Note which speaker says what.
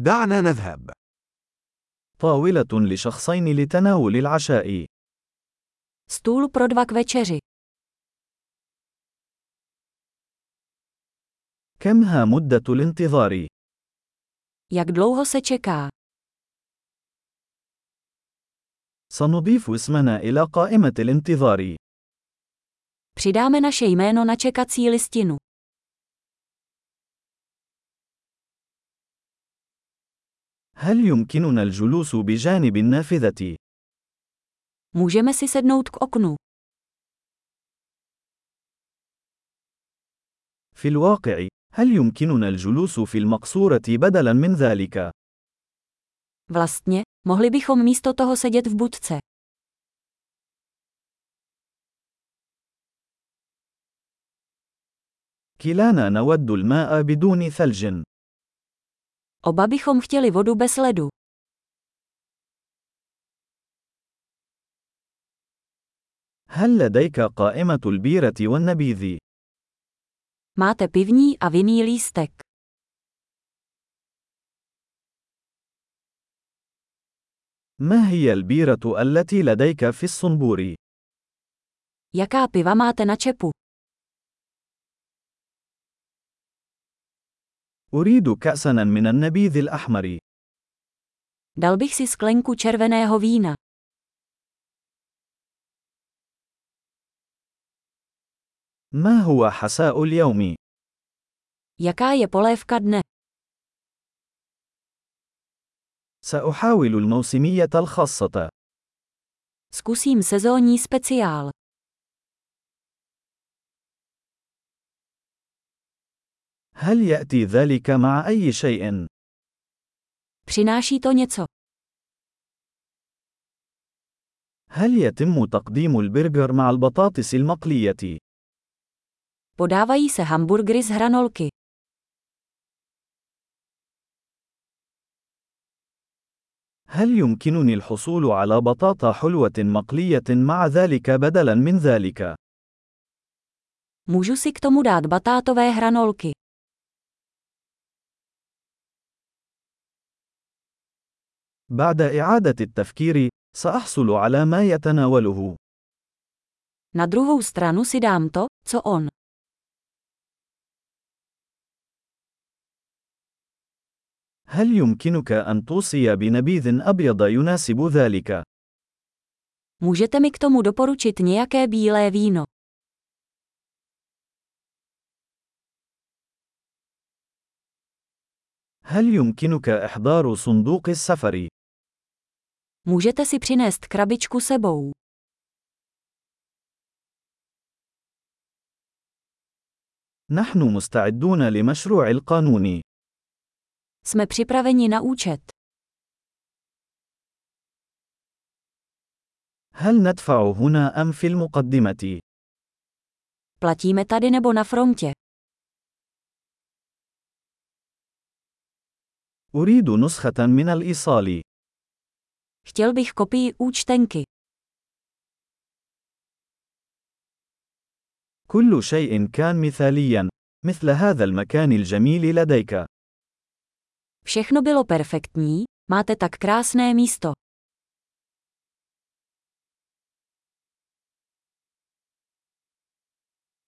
Speaker 1: دعنا نذهب.
Speaker 2: طاولة لشخصين لتناول العشاء.
Speaker 3: Stůl pro dva k večeři.
Speaker 2: كمها مدة الانتظار؟
Speaker 3: Jak dlouho se čeká?
Speaker 2: سنضيف اسمنا إلى قائمة الانتظار.
Speaker 3: Přidáme naše jméno na čekací listinu.
Speaker 2: هل يمكننا الجلوس بجانب النافذة؟
Speaker 3: Můžeme si sednout k oknu.
Speaker 2: في الواقع، هل يمكننا الجلوس في المقصورة بدلاً من ذلك؟
Speaker 3: Vlastně, mohli bychom místo toho sedět v budce.
Speaker 2: كلانا نود الماء بدون ثلج.
Speaker 3: Oba bychom chtěli vodu bez ledu.
Speaker 2: هل لديك قائمة البيرة والنبيذ؟
Speaker 3: Máte pivní a vinný lístek.
Speaker 2: ما هي البيرة التي لديك في الصنبور؟
Speaker 3: Jaká piva máte na čepu?
Speaker 2: أريد كأساً من النبيذ الأحمر.
Speaker 3: Dal bych si sklenku červeného vína.
Speaker 2: ما هو حساء اليوم؟
Speaker 3: Jaká je polévka dne?
Speaker 2: سأحاول الموسمية الخاصة.
Speaker 3: Zkusím sezónní speciál.
Speaker 2: هل يأتي ذلك مع أي شيء؟
Speaker 3: Přináší to něco.
Speaker 2: هل يتم تقديم البرجر مع البطاطس المقلية؟
Speaker 3: Podávají se hamburgery z hranolky.
Speaker 2: هل يمكنني الحصول على بطاطا حلوة مقلية مع ذلك بدلاً من ذلك؟
Speaker 3: Můžu si k tomu dát batátové hranolky.
Speaker 2: بعد إعادة التفكير، سأحصل على ما يتناوله.
Speaker 3: Na druhou stranu si dám to, co on.
Speaker 2: هل يمكنك أن توصي بنبيذ أبيض يناسب ذلك؟
Speaker 3: Můžete mi k tomu doporučit nějaké bílé víno.
Speaker 2: هل يمكنك إحضار صندوق السفر؟
Speaker 3: Můžete si přinést krabičku sebou.
Speaker 2: نحن مستعدون لمشروع القانون.
Speaker 3: Jsme připraveni na účet.
Speaker 2: هل ندفع هنا أم في المقدمة؟
Speaker 3: Platíme tady nebo na frontě.
Speaker 2: أريد نسخة من الإيصال.
Speaker 3: Chtěl bych kopii účtenky.
Speaker 2: كل شيء كان مثاليا مثل هذا المكان الجميل لديك
Speaker 3: Všechno bylo perfektní, máte tak krásné místo.